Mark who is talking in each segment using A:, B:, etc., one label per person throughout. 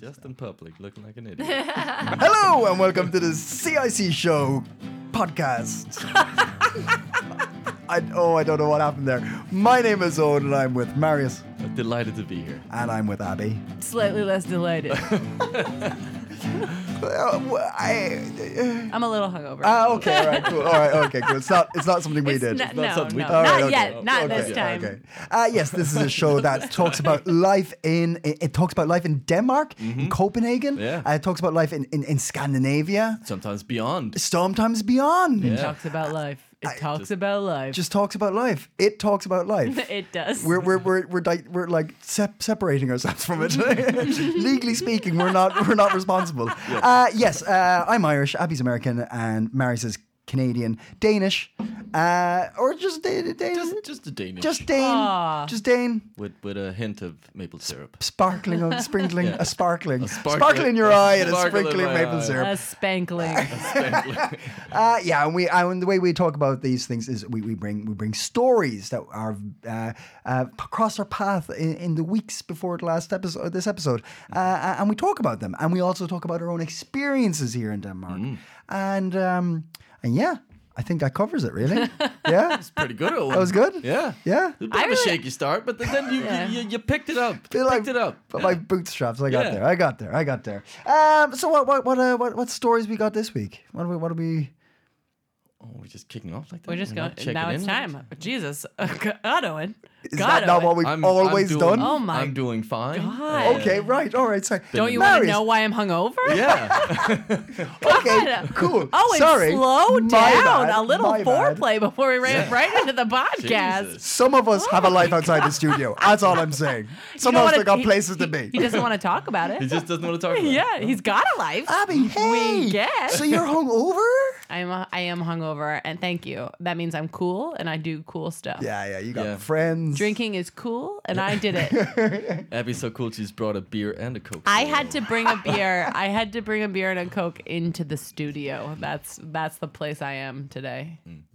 A: Just in public, looking like an idiot.
B: Hello and welcome to the CIC Show podcast. I, oh, I don't know what happened there. My name is Owen and I'm with Marius
A: I'm Delighted to be here.
B: and I'm with Abby.
C: Slightly less delighted.
B: Uh, wh- I,
C: I'm a little hungover.
B: ah, okay, all right, cool. All right, okay, cool. It's not, it's not something we
C: It's
B: did.
C: not-
A: not
C: no,
A: something we
C: no,
A: did.
B: All right,
C: not
B: okay.
C: yet. Not
B: Okay,
C: this time.
B: Okay. Uh, yes, this is a show that talks about life in it, it talks about life in Denmark, in Copenhagen.
A: Yeah.
B: Uh, it talks about life in, in, in Scandinavia,
A: Sometimes beyond.
B: sometimes beyond.
A: Yeah.
C: Talks about life. It talks about life.
B: Just talks about life. It talks about life.
C: it does.
B: we're we're we're we're, di- we're like sep- separating ourselves from it. Legally speaking, we're not we're not responsible. Uh, yes, uh, I'm Irish. Abby's American, and Marius is Canadian, Danish, uh, or just da- Danish,
A: Just, Ah.
B: just,
A: just a Danish.
B: Dane,
C: Aw.
B: just Dane.
A: with with a hint of maple syrup.
B: Sparkling, of, sprinkling,
A: Yeah.
B: a sparkling,
A: A sparkle-
B: sparkle in your
A: a
B: eye, and a
A: sparkle in
B: sprinkling of
A: my
B: maple
A: eye.
B: syrup.
C: a spankling.
B: Uh, yeah, and we uh, and the way we talk about these things is we, we bring we bring stories that are uh, uh, p- cross our path in, in the weeks before the last episode this episode, uh, uh, and we talk about them, and we also talk about our own experiences here in Denmark,
A: Mm.
B: and um, and yeah, I think that covers it really. yeah,
A: Pretty good, Owen.
B: that was good.
A: Yeah. A
B: yeah.
A: bit of a
C: really-
A: shaky start, but then you,
C: Yeah.
A: you, you, you picked it up.
B: Feel
A: Picked
B: like-
A: it up.
B: But my bootstraps, I got
A: Yeah.
B: there. I got there. I got there. Um, so what what what uh, what, what stories we got this week? What do we what do we?
A: Oh, we're just kicking off like that.
C: We're just
A: We're
C: going.
A: not checking
C: Now it's
A: in.
C: time. Jesus. God, Owen.
B: Is
C: God,
B: that not
C: Owen.
B: what we've
A: I'm,
B: always
A: I'm doing,
B: done?
C: Oh my
A: I'm doing fine.
C: God.
A: Uh,
B: Okay, right, all right, sorry.
C: Don't you want to
B: Marius,
C: know why I'm hungover?
A: Yeah.
B: Okay,
C: God.
B: cool.
C: Oh, and
B: sorry.
C: slow
B: My
C: down
B: bad,
C: a little
B: my bad.
C: foreplay before we ran right into the podcast.
A: Jesus.
B: Some of us have a
C: Oh
B: life outside the studio. That's all I'm saying. Some of us have got places to
C: He
B: be.
C: doesn't want to talk about
A: He
C: it.
A: just doesn't want to talk about it.
C: Yeah, he's got a life.
B: Abby, hey.
C: guess.
B: So you're hungover?
C: I'm uh, I am hungover, and thank you. That means I'm cool, and I do cool stuff.
B: Yeah, yeah. You got
A: Yeah.
B: friends.
C: Drinking is cool, and I did it.
A: Abby's so cool. She's brought a beer and a coke.
C: I had to bring a beer. I had to bring a beer and a coke into the studio. That's that's the place I am today.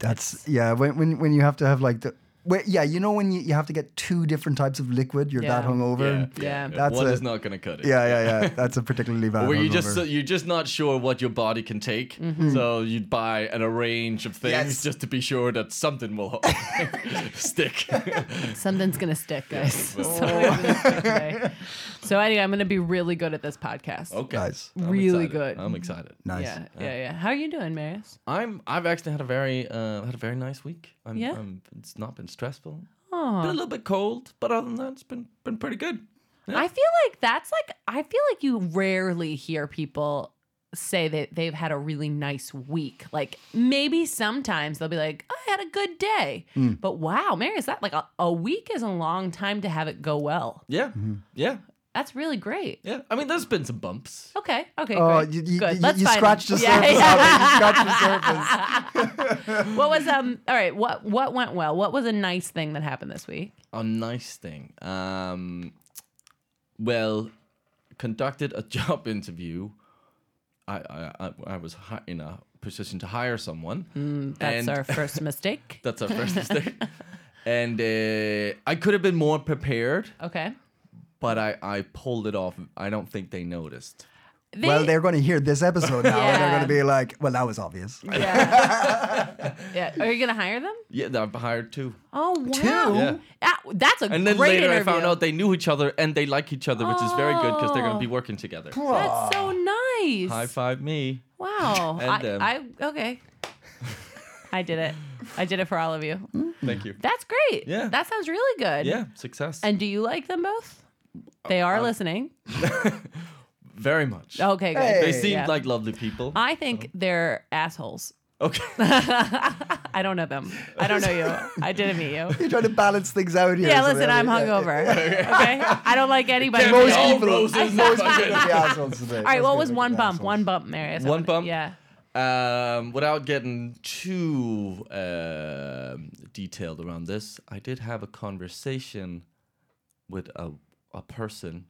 B: That's yeah. When when when you have to have like the. Wait, yeah, you know when you, you have to get two different types of liquid, you're that
C: Yeah.
A: Yeah.
B: hungover.
C: Yeah.
B: That's
A: One
B: it.
A: is not going to cut it.
B: Yeah, yeah, yeah. That's a particularly bad.
A: Where you just
B: hungover.
A: so you're just not sure what your body can take,
C: Mm-hmm.
A: so you'd buy an a range of things
B: Yes.
A: just to be sure that something will stick.
C: Something's gonna stick, guys.
A: will.
C: Something's gonna stick today. So anyway, I'm gonna be really good at this podcast.
A: Okay,
B: Nice.
A: I'm
C: Really
A: excited.
C: good.
A: I'm excited.
B: nice.
C: Yeah, yeah, yeah. How are you doing, Marius?
A: I'm. I've actually had a very uh, had a very nice week. I'm,
C: Yeah? Uh-huh.
A: I'm, it's not been stressful.
C: Aw.
A: Been a little bit cold, but other than that, it's been been pretty good.
C: I feel like that's like I feel like you rarely hear people say that they've had a really nice week. Like maybe sometimes they'll be like, "I had a good day,"
B: Mm.
C: but wow, Mary, is that like a, a week is a long time to have it go well?
A: Yeah, yeah,
C: That's really great.
A: yeah. I mean, there's been some bumps.
C: Okay, okay,
B: Oh,
C: great.
B: you, you,
C: good.
B: you,
C: Let's
B: you
C: find
B: scratched the
C: them.
B: surface. Abby. You scratched the surface.
C: what was um? All right, what what went well? What was a nice thing that happened this week?
A: A nice thing. Um, well, conducted a job interview. I I, I, I was hi- in a position to hire someone.
C: Hmm, That's
A: and-
C: our first mistake.
A: That's our first mistake. And uh, I could have been more prepared,
C: Okay.
A: but I, I pulled it off. I don't think they noticed.
C: They-
B: well, they're going to hear this episode now, and they're
C: Yeah.
B: going to be like, "Well, that was obvious."
C: yeah. yeah. Are you gonna hire them?
A: Yeah, I've hired two.
C: Oh wow!
A: Yeah.
C: That- that's a
A: And then
C: great
A: later
C: interview.
A: I found out they knew each other and they like each other, which is very good because they're going to be
C: Oh.
A: working together.
C: that's so nice.
A: High five me.
C: Wow!
A: And
C: I,
A: them.
C: I okay. I did it. I did it for all of you.
A: Thank you.
C: That's great.
A: Yeah.
C: That sounds really good.
A: Yeah, success.
C: And do you like them both? They are listening.
A: very much.
C: Okay, good.
B: Hey.
A: They seemed
C: yeah.
A: like lovely people.
C: I think they're assholes.
A: okay.
C: I don't know them. I don't know you. I didn't meet you.
B: You're trying to balance things out here.
C: Yeah,
B: so
C: listen,
B: they're-
C: I'm
B: yeah.
C: hungover. Okay, I don't like anybody.
A: Can't be
B: Most
A: all
B: people, most
A: roses
B: people
A: and
B: are
A: fucking-
B: the assholes today.
C: All right, what was one bump? One bump, Marius. I
A: One
C: wanna-
A: bump?
C: Yeah.
A: Um, without getting too um, detailed around this, I did have a conversation with a a person.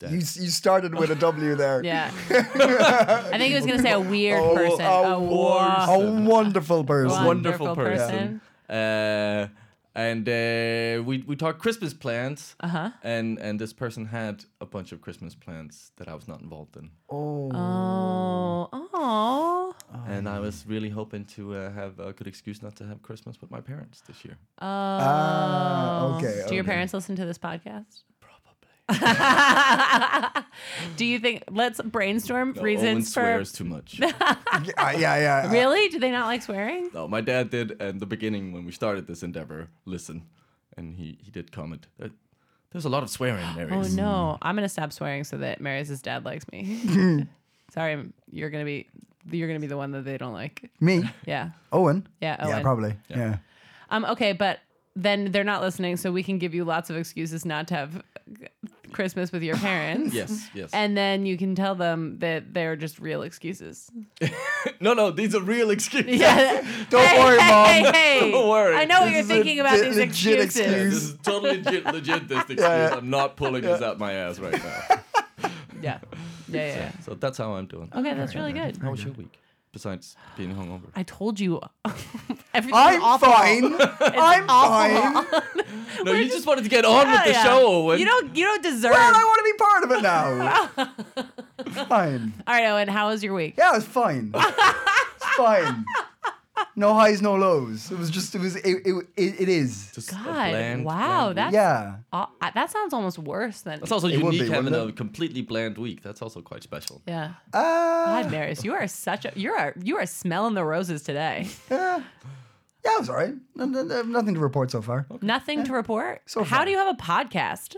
B: You, you started with a W there.
C: Yeah. I think he was gonna say a weird
B: Oh,
C: person.
B: oh,
C: A wa-
B: A wonderful person.
A: wonderful
C: Wonderful
A: person. Uh, And uh, we we talked Christmas plans. Uh
B: Uh-huh.
A: huh. And and this person had a bunch of Christmas plans that I was not involved in,
B: Oh.
C: Oh, oh,
A: and I was really hoping to uh, have a good excuse not to have Christmas with my parents this year.
C: oh.
B: okay,
C: Do
B: okay.
C: your parents listen to this podcast?
A: Probably.
C: Do you think? Let's brainstorm
A: No, Owen
C: reasons for.
A: swears too much.
B: Yeah, yeah, yeah.
C: Really? Do they not like swearing?
A: No, my dad did at the beginning when we started this endeavor. Listen, and he he did comment. That there's a lot of swearing, Mary.
C: Oh no! I'm gonna stop swearing so that Marius's dad likes me. Sorry, you're gonna be you're gonna be the one that they don't like.
B: Me,
C: Yeah.
B: Owen.
C: Yeah,
B: Yeah,
C: Owen.
B: probably. Yeah.
C: Um. Okay, but then they're not listening, so we can give you lots of excuses not to have Christmas with your parents.
A: Yes, yes.
C: And then you can tell them that they're just real excuses.
A: no, no, these are real excuses.
C: Yeah.
B: Don't worry, Mom.
C: Hey, hey.
A: Don't worry.
C: I know what
B: This
C: you're
B: is a
C: thinking about
B: le-
C: these
B: legit
C: excuses.
B: excuse.
A: This is totally legit, legit this excuse.
B: Yeah.
A: I'm not pulling this out my ass right now.
C: Yeah. Yeah, yeah. yeah.
A: So that's how I'm doing.
C: Okay, that's really good.
A: How was your week? Besides being hungover.
C: I told you everything.
B: I'm
C: awful.
B: fine. I'm fine.
A: No, you just, wanted to get on with the
C: Yeah.
A: show, Owen.
C: You don't you don't deserve
B: Well, I want to be part of it now. fine.
C: All right, Owen, how was your week?
B: Yeah, it was fine. it's fine. No highs, no lows. It was just. It was. It. It, it, it is.
A: Just a
C: God,
A: bland,
C: wow,
A: bland
C: that's
B: Yeah.
C: aw- I- that sounds almost worse than
A: That's also
B: It would
A: unique
B: be,
A: having
B: wouldn't
A: a completely bland week. That's also quite special.
C: yeah.
B: Uh,
C: God, Marius, you are such a you are you are smelling the roses today.
B: yeah. Yeah, it was alright. Nothing to report so far.
C: Nothing to report.
B: So
C: how
B: far.
C: do you have a podcast?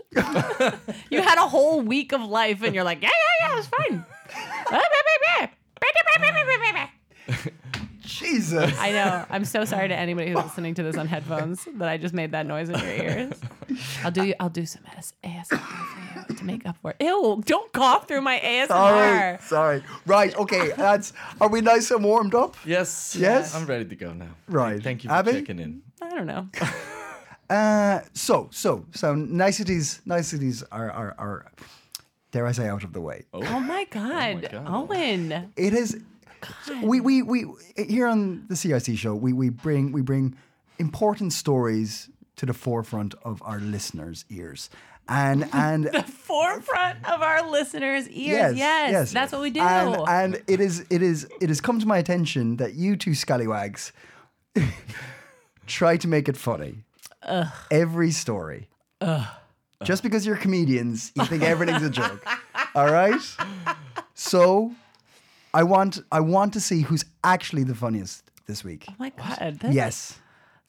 C: you had a whole week of life, and you're like, yeah, yeah, yeah, it was fine.
B: Jesus.
C: I know. I'm so sorry to anybody who's listening to this on headphones that I just made that noise in your ears. I'll do I'll do some AS, ASMR for you to make up for it. Ew! Don't cough through my ASMR.
B: Sorry. Sorry. Right. Okay. That's. Are we nice and warmed up?
A: Yes.
B: Yes.
A: I'm ready to go now.
B: Right.
A: Thank you for
B: Abby?
A: checking in.
C: I don't know. Oh
B: Uh, so so so niceties niceties are are are dare I say out of the way.
C: Oh my God,
A: God.
C: Owen!
B: It is we we we here on the CIC show we we bring we bring important stories to the forefront of our listeners' ears. And and
C: Forefront of our listeners' ears. Yes, that's what we do. Oh
B: And, and it is it is it has come to my attention that you two scallywags try to make it funny. Every story. Just because you're comedians, you think everything's a joke. All right? So I want I want to see who's actually the funniest this week.
C: oh my God, this
B: Yes.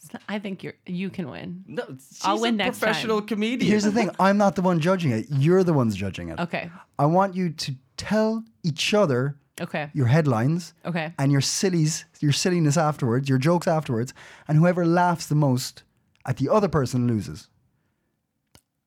C: is- I think you you can win.
A: No, she's
C: I'll win
A: a
C: next time.
A: professional comedian.
B: Here's the thing, I'm not the one judging it. You're the ones judging it.
C: Okay,
B: I want you to tell each other
C: okay,
B: your headlines.
C: okay.
B: and your sillies, your silliness afterwards, your jokes afterwards, and whoever laughs the most at the other person loses.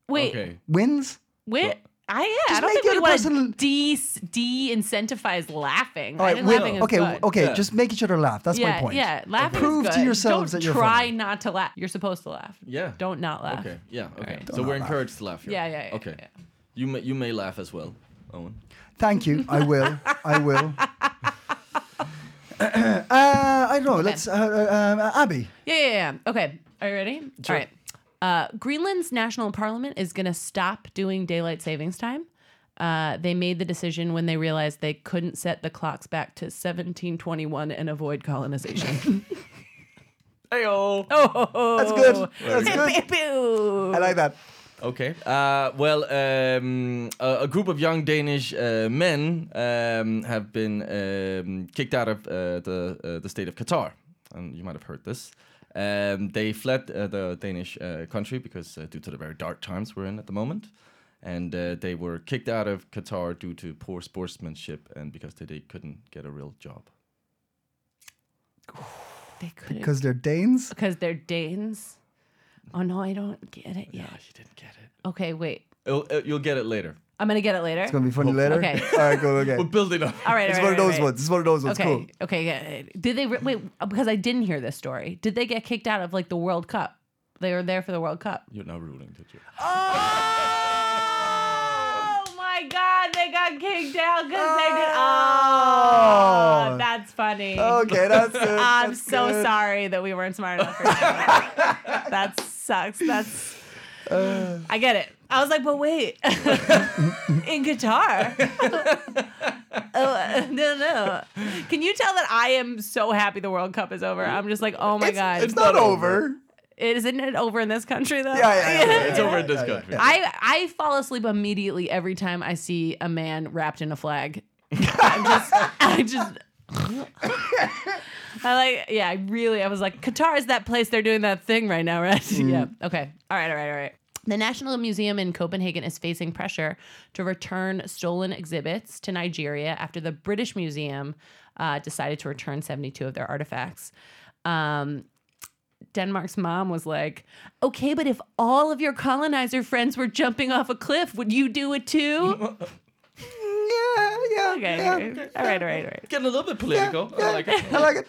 C: Wait,
A: Okay.
B: Wins?
C: wait. I yeah. I
B: Just
C: don't
B: make
C: think we
B: it a
C: want
B: personal-
C: to de de incentivize laughing. I
B: All right,
C: think
B: win-
C: laughing is
B: okay,
C: good.
B: okay,
A: Yeah.
B: just make each other laugh. That's
C: yeah,
B: my point.
C: yeah. Laughing
B: Prove
C: is
B: to
C: good.
B: yourselves
C: Don't
B: that you're
C: try
B: funny.
C: not to laugh. You're supposed to laugh.
A: Yeah.
C: Don't not laugh.
A: Okay. Yeah. Okay.
C: right.
A: So we're encouraged to laugh. Here.
C: Yeah, yeah, yeah,
A: Okay.
C: yeah.
A: You may you may laugh as well, Owen.
B: Thank you. I will. I will. uh, I don't know. Let's. Uh, uh, um, Abby.
C: Yeah, yeah, yeah. Okay. Are you ready? All right. Uh, Greenland's national parliament is going to stop doing daylight savings time. Uh, they made the decision when they realized they couldn't set the clocks back to 1721 and avoid colonization.
A: Heyo.
C: oh,
B: That's good. That's good. I
C: good.
B: like that.
A: Okay. Uh, well, um, a, a group of young Danish uh, men um, have been um, kicked out of uh, the uh, the state of Qatar, and you might have heard this. Um, they fled uh, the Danish uh, country because uh, due to the very dark times we're in at the moment, and uh, they were kicked out of Qatar due to poor sportsmanship and because they, they couldn't get a real job.
C: They couldn't.
B: Because they're Danes.
C: Because they're Danes. Oh, no, I don't get it yet.
A: Ah, you didn't get it.
C: Okay, wait.
A: It'll- uh, you'll get it later.
C: I'm going to get it later.
B: It's gonna be funny later.
C: Okay.
B: All right. Cool. Okay.
A: We're building up.
C: All right.
B: it's
C: all
B: one
C: right,
B: of
C: all
B: those
C: right.
B: ones. It's one of those ones.
C: Okay.
B: Cool.
C: Okay. Yeah. Did they re- wait? Because I didn't hear this story. Did they get kicked out of like the World Cup? They were there for the World Cup.
A: You're not ruling, did you?
C: Oh my God! They got kicked out because they did.
B: Oh.
C: Oh, that's funny.
B: Okay. That's good.
C: I'm
B: that's
C: so
B: good.
C: sorry that we weren't smart enough. For that. that's sucks. That's. I get it. I was like, but wait, in Qatar. oh, no, no. Can you tell that I am so happy the World Cup is over? I'm just like, oh my god,
B: It's not over.
C: isn't it over in this country though?
B: Yeah, yeah, yeah,
A: It's over in this country.
C: I I fall asleep immediately every time I see a man wrapped in a flag. I'm just I just I like yeah, I really I was like Qatar is that place they're doing that thing right now, right? Yeah. Okay. All right, all right, all right. The National Museum in Copenhagen is facing pressure to return stolen exhibits to Nigeria after the British Museum uh, decided to return 72 of their artifacts. Um, Denmark's mom was like, okay, but if all of your colonizer friends were jumping off a cliff, would you do it too?
B: Yeah, yeah.
C: Okay.
B: yeah.
C: All right, all right, all right.
A: Getting a little bit political. I like it.
B: I like it.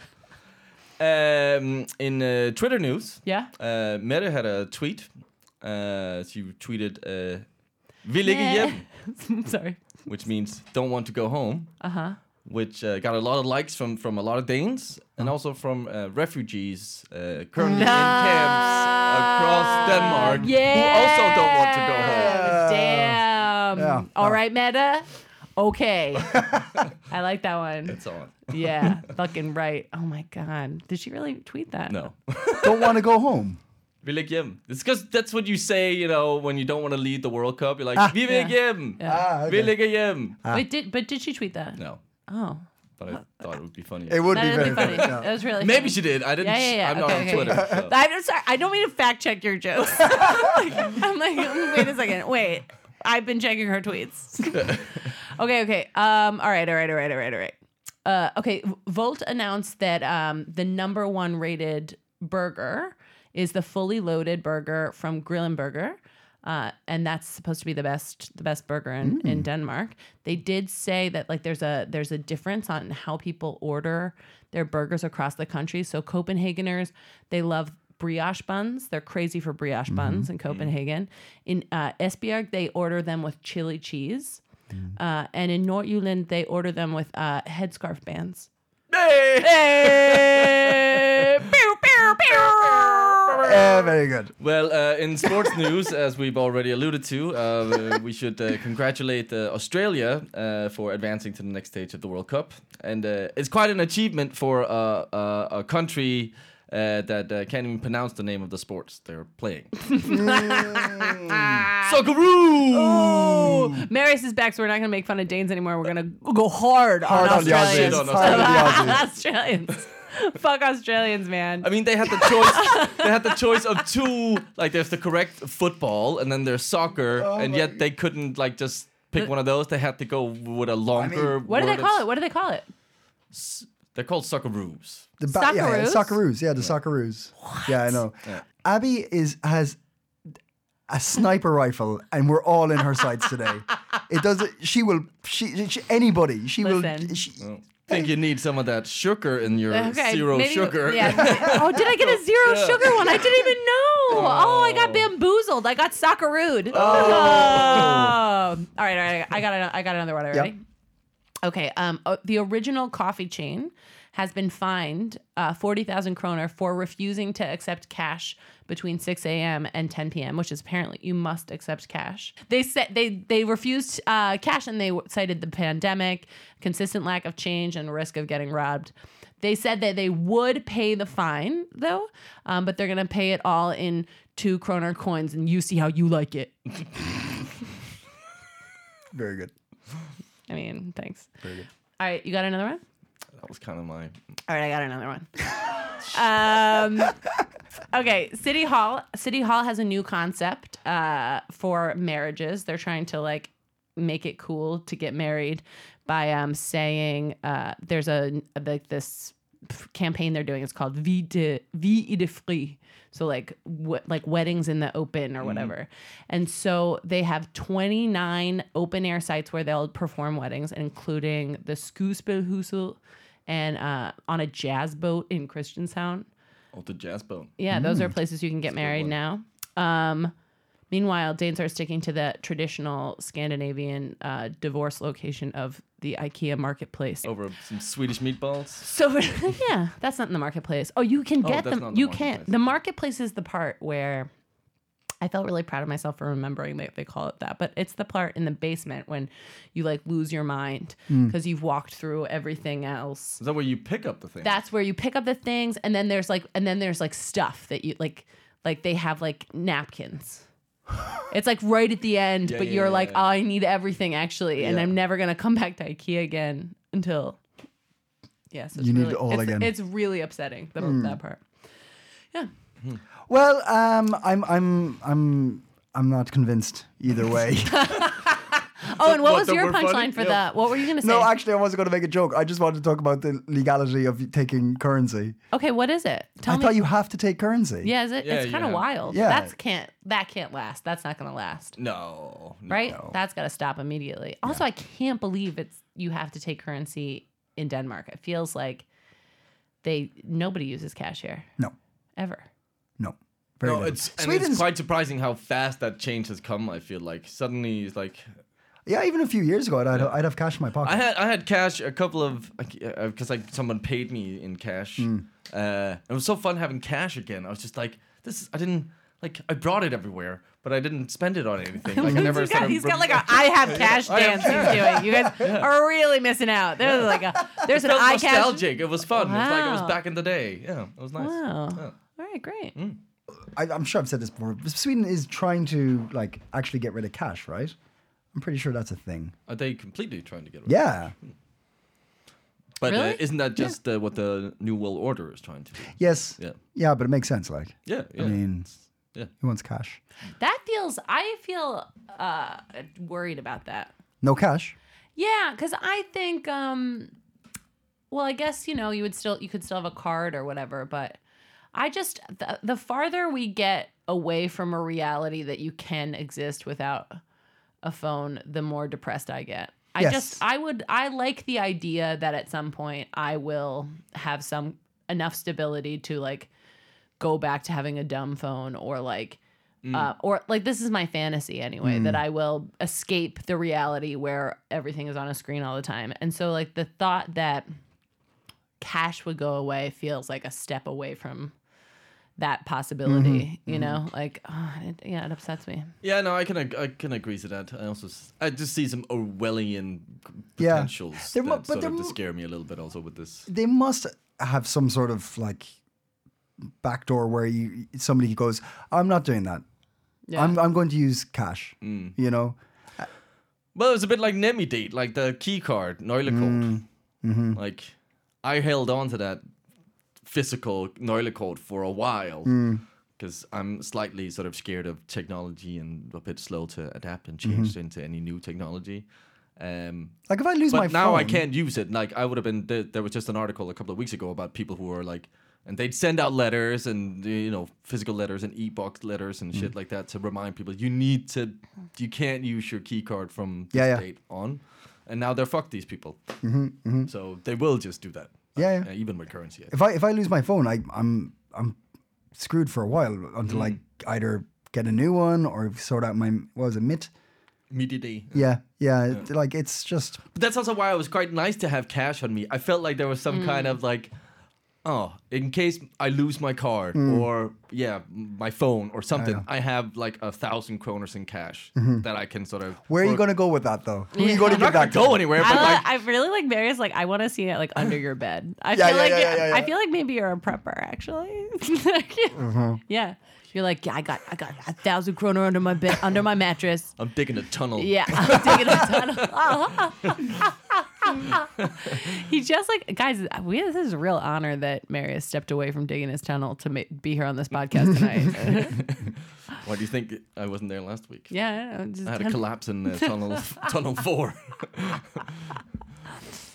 A: Um, in uh, Twitter news,
C: Yeah.
A: uh, Mette had a tweet. Uh, she tweeted, uh, "Vil ikke hjem,"
C: I'm sorry.
A: which means "don't want to go home,"
C: Uh huh.
A: which uh, got a lot of likes from from a lot of Danes and also from uh, refugees uh, currently in camps across
C: Ah,
A: Denmark who also don't want to go home.
B: Yeah.
C: Damn.
B: Yeah.
C: All right, Meta. Okay. I like that one.
A: It's on.
C: Yeah. Fucking right. Oh my God. Did she really tweet that?
A: No.
B: Don't want to go home.
A: Vil ikke hjem. It's because that's what you say, you know, when you don't want to lead the World Cup. You're like, ah, Vil ikke hjem!
B: Ah, okay.
A: Vil ikke hjem!
C: But did but did she tweet that?
A: No,
C: Oh.
A: but I thought it would be funny.
B: It would
C: That
B: be
C: is
B: very
C: really funny.
B: funny. yeah.
C: That was really
A: Maybe
C: funny.
A: she did. I didn't.
C: Yeah, yeah, yeah.
A: I'm
C: Okay,
A: not on
C: okay.
A: Twitter. so.
C: I'm sorry. I don't mean to fact check your jokes. I'm like, wait a second. Wait. I've been checking her tweets. okay, okay. Um, all right, all right, all right, all right, all right. Uh, okay, V- Volt announced that um, the number one rated burger is the fully loaded burger from Grillenburger. Uh, and that's supposed to be the best the best burger in, in Denmark. They did say that like there's a there's a difference on how people order their burgers across the country. So Copenhageners, they love brioche buns. They're crazy for brioche buns in Copenhagen. In uh, Esbjerg, they order them with chili cheese. Uh, and in Nordjylland, they order them with uh, headscarf bands. Hey! pew, pew, pew.
B: Uh, very good.
A: Well, uh, in sports news, as we've already alluded to, uh, we should uh, congratulate uh, Australia uh, for advancing to the next stage of the World Cup, and uh, it's quite an achievement for uh, uh, a country. Uh, that uh, can't even pronounce the name of the sports they're playing.
C: Oh!
A: Socceroo!
C: Marius is back, so we're not going to make fun of Danes anymore. We're going to go hard,
B: Hard
C: on
B: on the
C: Australians.
B: Aussies.
A: Shit on
B: Hard on the Aussies.
C: Australians. Fuck Australians, man.
A: I mean, they had the choice. they had the choice of two. Like, there's the correct football, and then there's soccer, and
B: Oh my
A: yet they couldn't like just pick one of those. They had to go with a longer.
C: what do they
A: word of
C: call it? What do they call it?
A: They're called socceroos.
B: The ba- yeah, yeah,
C: Socceroos?
B: Socceroos. Yeah, the Socceroos. Yeah, I know. Abby is has a sniper rifle, and we're all in her sights today. It does. She will. She. she anybody. She
C: Listen.
B: will. She,
A: Think you need some of that sugar in your
C: Okay,
A: Uh, zero
C: maybe-
A: sugar.
C: Yeah. oh, did I get a zero
A: Yeah.
C: sugar one? I didn't even know. Oh, I got
A: Oh.
C: bamboozled. I got soccerooed. Oh. All right, all right. I got an- I got another one already. Okay. Um, uh, the original coffee chain has been fined uh, forty thousand kroner for refusing to accept cash between six a.m. and ten p.m., which is apparently you must accept cash. They said they they refused uh, cash and they w- cited the pandemic, consistent lack of change, and risk of getting robbed. They said that they would pay the fine though, um, but they're gonna pay it all in two kroner coins, and you see how you like it.
B: very good.
C: I mean, thanks. All right, you got another one.
A: That was kind of my.
C: All right, I got another one. um, okay, City Hall. City Hall has a new concept uh, for marriages. They're trying to like make it cool to get married by um, saying uh, there's a like this campaign they're doing. It's called Vie de Vie et de Free. So like what like weddings in the open or whatever. And so they have 29 open air sites where they'll perform weddings, including the Skuespelhusel and uh, on a jazz boat in Christianstown.
A: Oh, the jazz bone.
C: Yeah, those
A: Mm.
C: are places you can get married now. Um, meanwhile, Danes are sticking to the traditional Scandinavian uh, divorce location of the IKEA marketplace.
A: Over some Swedish meatballs.
C: So yeah, that's not in the marketplace. Oh, you can get
A: that's
C: them.
A: not in the
C: you can't.
A: marketplace.
C: The marketplace is the part where I felt really proud of myself for remembering that they call it that. But it's the part in the basement when you like lose your mind
A: Mm.
C: because you've walked through everything else.
A: Is that where you pick up the thing?
C: That's where you pick up the things, and then there's like, and then there's like stuff that you like, like they have like napkins. it's like right at the end,
A: Yeah,
C: but
A: yeah,
C: you're
A: yeah,
C: like,
A: yeah.
C: oh, I need everything actually, and
A: Yeah.
C: I'm never gonna come back to IKEA again until. Yes, it's
B: You need
C: really,
B: it all
C: it's,
B: again. Hmm.
C: It's really upsetting the, that part. Yeah.
B: Well, um, I'm, I'm, I'm, I'm not convinced either way.
C: Oh, and what
A: what,
C: was
A: that
C: your
A: we're funny?
C: punchline for
A: Yeah.
C: that? What were you gonna say?
B: no, actually, I wasn't going to make a joke. I just wanted to talk about the legality of taking currency.
C: okay, what is it? Tell
B: I
C: me.
B: thought you have to take currency.
C: yeah, is it?
A: Yeah,
C: it's
A: you
C: kind of
A: have-
C: wild.
B: Yeah.
C: that's can't that can't last. That's not gonna last,
A: no. no.
C: right? That's gotta stop immediately. Also, I can't believe it's you have to take currency in Denmark. It feels like they nobody uses cash here
B: No,
C: ever.
B: no. Very
A: No,
B: little.
A: it's, and it's
B: Sweden's
A: quite surprising how fast that change has come. I feel like suddenly it's like
B: Yeah, even a few years ago, I'd, I'd have cash in my pocket.
A: I had I had cash a couple of because like someone paid me in cash.
C: Hmm.
A: Uh, it was so fun having cash again. I was just like this. Is, I didn't like I brought it everywhere, but I didn't spend it on anything. Like I never.
C: he's got,
A: said
C: he's got like a I have cash
A: I have
C: dance he's doing. You guys are really missing out. There's like a there's an
A: felt
C: I cash.
A: nostalgic. It was fun. It's like it was
C: Wow.
A: back in the day. Yeah, it was nice.
C: Wow.
A: Yeah. Mm.
C: All right, great.
B: I, I'm sure I've said this before. but Sweden is trying to like actually get rid of cash, right? I'm pretty sure that's a thing.
A: Are they completely trying to get rid? of it?
B: Yeah.
A: But uh,
C: Really?
A: isn't that just uh, what the new world order is trying to do?
B: Yes.
A: Yeah.
B: Yeah, but it makes sense. Like,
A: Yeah. yeah.
B: I mean,
A: Yeah.
B: who wants cash?
C: That feels. I feel uh, worried about that.
B: No cash.
C: Yeah, because I think. Um, well, I guess you know you would still you could still have a card or whatever, but I just the, the farther we get away from a reality that you can exist without a phone, the more depressed I get. I
B: Yes.
C: just I would I like the idea that at some point I will have some enough stability to like go back to having a dumb phone or like uh, or like this is my fantasy anyway that I will escape the reality where everything is on a screen all the time. And so like the thought that cash would go away feels like a step away from that possibility,
B: Mm-hmm,
C: you know? Like oh, it, yeah, it upsets me.
A: Yeah, no, I can ag- I can agree to that. I also s- I just see some Orwellian c-
B: Yeah.
A: potentials
B: There mu-
A: that
B: but
A: sort
B: there
A: of
B: mu-
A: scare me a little bit also with this.
B: They must have some sort of like backdoor where you somebody goes, "I'm not doing that.
C: Yeah.
B: I'm I'm going to use cash."
A: Mm.
B: You know.
A: Well, it's a bit like Nemi date, like the key card,
B: Mm.
A: Neulekort.
B: Mm-hmm.
A: Like I held on to that physical Neulekort for a while
B: Mm.
A: because I'm slightly sort of scared of technology and a bit slow to adapt and
B: Mm-hmm.
A: change into any new technology. Um,
B: Like if I lose my
A: but now
B: phone,
A: I can't use it. Like I would have been. There, there was just an article a couple of weeks ago about people who were like, and they'd send out letters and you know physical letters and e-box letters and
B: Mm.
A: shit like that to remind people you need to, you can't use your key card from this
B: Yeah, yeah.
A: date on, and now they're fucked these people. So they will just do that.
B: mm-hmm. Yeah, yeah.
A: Uh, even with currency. I
B: If I if I lose my phone, I I'm I'm screwed for a while until I
A: Mm.
B: either get a new one or sort out my what was it mitt.
A: Media day.
B: Yeah, yeah. it- Like it's just
A: But that's also why it was quite nice to have cash on me. I felt like there was some kind of like, oh, in case I lose my card or yeah, my phone or something, I have like a thousand kroners in cash that I can sort of.
B: where are you
A: or-
B: going to go with that though? Who are you
C: Yeah.
B: going to
A: I'm not
B: give
A: gonna
B: that
A: go
B: to?
A: anywhere,
C: I,
A: but like,
C: li- I really like Marius. Like I want to see it like under your bed. I
B: Yeah,
C: feel
B: yeah,
C: like
B: yeah, yeah, yeah,
C: I
B: yeah.
C: feel like maybe you're a prepper actually.
B: Mm-hmm.
C: Yeah, you're like yeah, I got I got a thousand kroner under my bed under my mattress.
A: I'm digging a tunnel.
C: Yeah, I'm digging a tunnel. he just like guys. We this is a real honor that Marius stepped away from digging his tunnel to ma- be here on this podcast tonight.
A: Why do you think I wasn't there last week?
C: yeah, just
A: I had a
C: ten-
A: collapse in uh, tunnel tunnel four.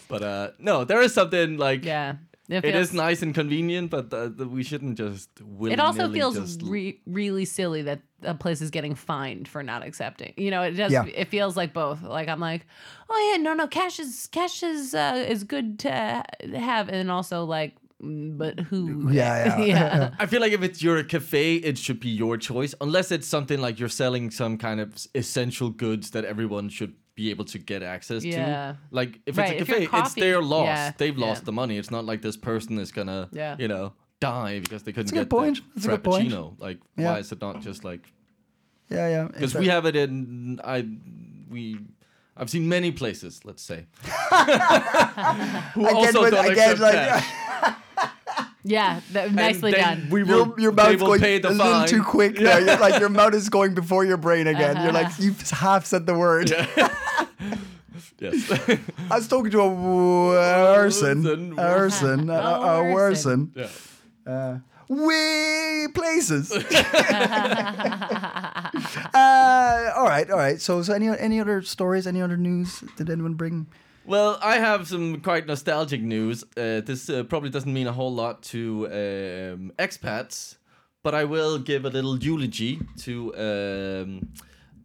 A: but uh, no, there is something like
C: yeah.
A: It
C: feels-
A: is nice and convenient, but uh, th- we shouldn't just.
C: It also
A: willy-nilly
C: feels
A: just
C: re- really silly that a place is getting fined for not accepting. You know, it does.
B: Yeah.
C: It feels like both. Like I'm like, oh yeah, no, no, cash is cash is uh, is good to ha- have, and also like, mm, but who?
B: Yeah, yeah.
C: yeah.
A: I feel like if it's your cafe, it should be your choice, unless it's something like you're selling some kind of s- essential goods that everyone should be able to get access
C: Yeah.
A: to. Like if
C: Right,
A: it's
C: if
A: a
C: your
A: cafe, it's their
C: coffee-
A: loss.
C: yeah,
A: They've
C: yeah.
A: lost the money. It's not like this person is gonna,
C: Yeah.
A: you know, die because they couldn't
B: a good
A: get
B: point.
A: the
B: That's a good point.
A: frappuccino. Like
B: Yeah.
A: why is it not just like
B: Yeah, yeah.
A: because we have it in I we I've seen many places. Let's say who
B: Again,
A: also
B: with-
A: don't
B: again,
A: accept
B: like-
A: cash.
C: Yeah, that,
A: And
C: nicely
A: then
C: done.
A: We
B: your,
A: will,
B: your
A: they
B: mouth's
A: will
B: going
A: pay the
B: a
A: fine.
B: little too quick. Yeah. You're like your mouth is going before your brain again. You're like
C: Uh-huh.
B: you've half said the word.
A: yes.
B: I was talking to a w- a person,
A: Person.
B: a person, a- a
C: A
B: person.
C: person.
A: yeah.
B: Uh, we places. uh, all right, all right. So, so any any other stories? Any other news? Did anyone bring?
A: Well, I have some quite nostalgic news. Uh, this uh, probably doesn't mean a whole lot to um, expats, but I will give a little eulogy to um,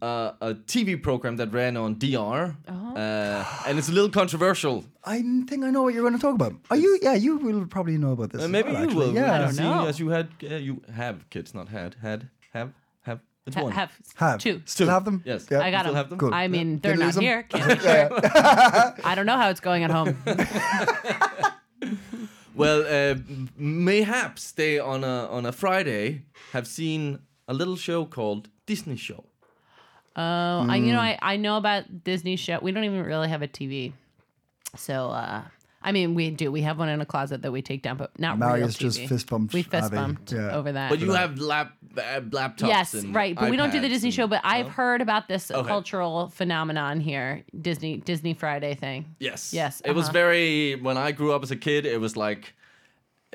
A: uh, a TV program that ran on DR,
C: Uh-huh.
A: uh, and it's a little controversial.
B: I think I know what you're going to talk about. Are you? Yeah, you will probably know about this.
A: Uh,
B: as
A: maybe
B: well,
A: you
B: actually.
A: will,
B: Yeah,
C: don't
A: seeing
C: know.
A: as you had uh, you have kids, not had, had, have, have. It's
C: Ha-
A: one.
C: have,
B: have
C: two.
B: still have them.
A: Yes.
B: Yeah.
C: I got
A: still
C: them.
A: have them?
B: Good.
C: I mean, they're
B: Did you
C: not
B: lose 'em?
C: here. Can't be sure. I don't know how it's going at home.
A: Well, uh, m- mayhaps they on a on a Friday have seen a little show called Disney Show.
C: Oh, I, you
B: Hmm.
C: know, I, I know about Disney show. We don't even really have a TV. So, uh, I mean, we do. We have one in a closet that we take down, but not real
B: Marius
C: TV.
B: just fist bumped
C: We fist
B: Abby.
C: bumped
B: Yeah.
C: over that.
A: But you have lap uh, laptops.
C: yes,
A: and
C: right. But we don't do the
A: iPads
C: Disney
A: and-
C: show. But I've heard about this
A: Okay.
C: cultural phenomenon here, Disney Disney Friday thing.
A: Yes.
C: Yes,
A: It was
C: uh-huh.
A: very when I grew up as a kid. It was like.